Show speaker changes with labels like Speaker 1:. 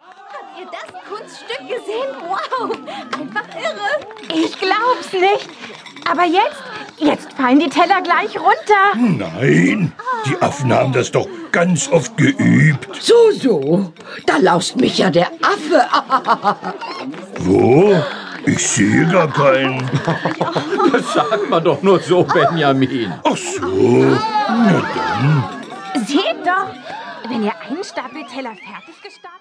Speaker 1: Habt ihr das Kunststück gesehen? Wow, einfach irre.
Speaker 2: Ich glaub's nicht. Aber jetzt, jetzt fallen die Teller gleich runter.
Speaker 3: Nein, die Affen haben das doch ganz oft geübt.
Speaker 4: So, so. Da lauscht mich ja der Affe ab.
Speaker 3: Wo? Ich sehe gar keinen.
Speaker 5: Das sagt man doch nur so, Benjamin.
Speaker 3: Ach so. Na dann.
Speaker 2: Seht doch, wenn ihr einen Stapel Teller fertig gestapelt